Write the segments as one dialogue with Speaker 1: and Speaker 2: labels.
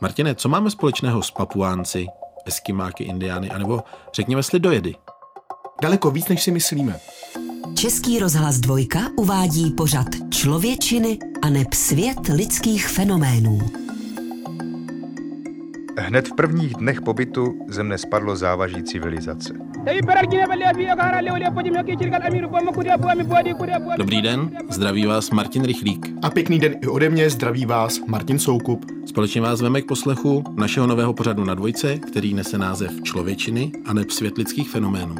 Speaker 1: Martine, co máme společného s Papuánci, Eskimáky, Indiány, anebo řekněme slidojedy?
Speaker 2: Daleko víc, než si myslíme.
Speaker 3: Český rozhlas Dvojka uvádí pořad Člověčiny a neb svět lidských fenoménů.
Speaker 4: Hned v prvních dnech pobytu ze mne spadlo závaží civilizace.
Speaker 1: Dobrý den, zdraví vás Martin Rychlík.
Speaker 2: A pěkný den i ode mě, zdraví vás Martin Soukup.
Speaker 1: Společně vás veme k poslechu našeho nového pořadu na dvojce, který nese název Člověčiny a neb svět lidských fenoménů.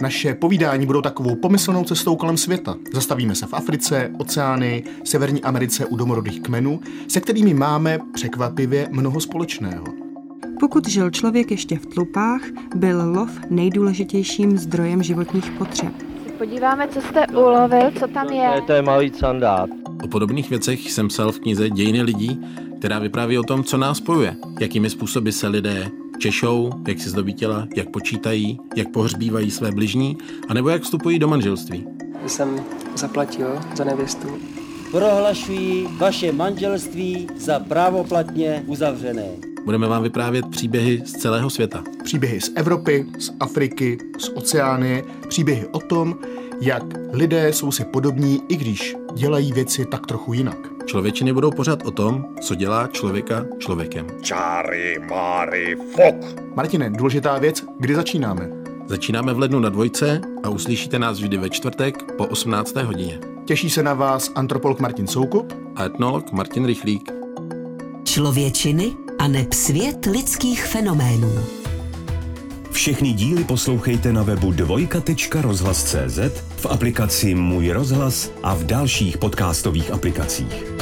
Speaker 2: Naše povídání budou takovou pomyslnou cestou kolem světa. Zastavíme se v Africe, oceány, Severní Americe u domorodých kmenů, se kterými máme překvapivě mnoho společného.
Speaker 5: Pokud žil člověk ještě v tlupách, byl lov nejdůležitějším zdrojem životních potřeb.
Speaker 6: Podíváme, co jste ulovil, co tam je.
Speaker 7: To, to je malý sandát.
Speaker 1: O podobných věcech jsem psal v knize Dějiny lidí, která vypráví o tom, co nás spojuje, jakými způsoby se lidé češou, jak si zdobí těla, jak počítají, jak pohřbívají své bližní, anebo jak vstupují do manželství.
Speaker 8: Jsem zaplatil za nevěstu.
Speaker 9: Prohlašuji vaše manželství za právoplatně uzavřené.
Speaker 1: Budeme vám vyprávět příběhy z celého světa.
Speaker 2: Příběhy z Evropy, z Afriky, z oceánie, příběhy o tom, jak lidé jsou si podobní, i když dělají věci tak trochu jinak.
Speaker 1: Člověčiny budou pořád o tom, co dělá člověka člověkem.
Speaker 4: Čáry, máry, fok!
Speaker 2: Martine, důležitá věc, kdy začínáme?
Speaker 1: Začínáme v lednu na dvojce a uslyšíte nás vždy ve čtvrtek po 18. hodině.
Speaker 2: Těší se na vás antropolog Martin Soukup
Speaker 1: A etnolog Martin Rychlík.
Speaker 3: Člověčiny a neb svět lidských fenoménů.
Speaker 10: Všechny díly poslouchejte na webu dvojka.rozhlas.cz, v aplikaci Můj rozhlas a v dalších podcastových aplikacích.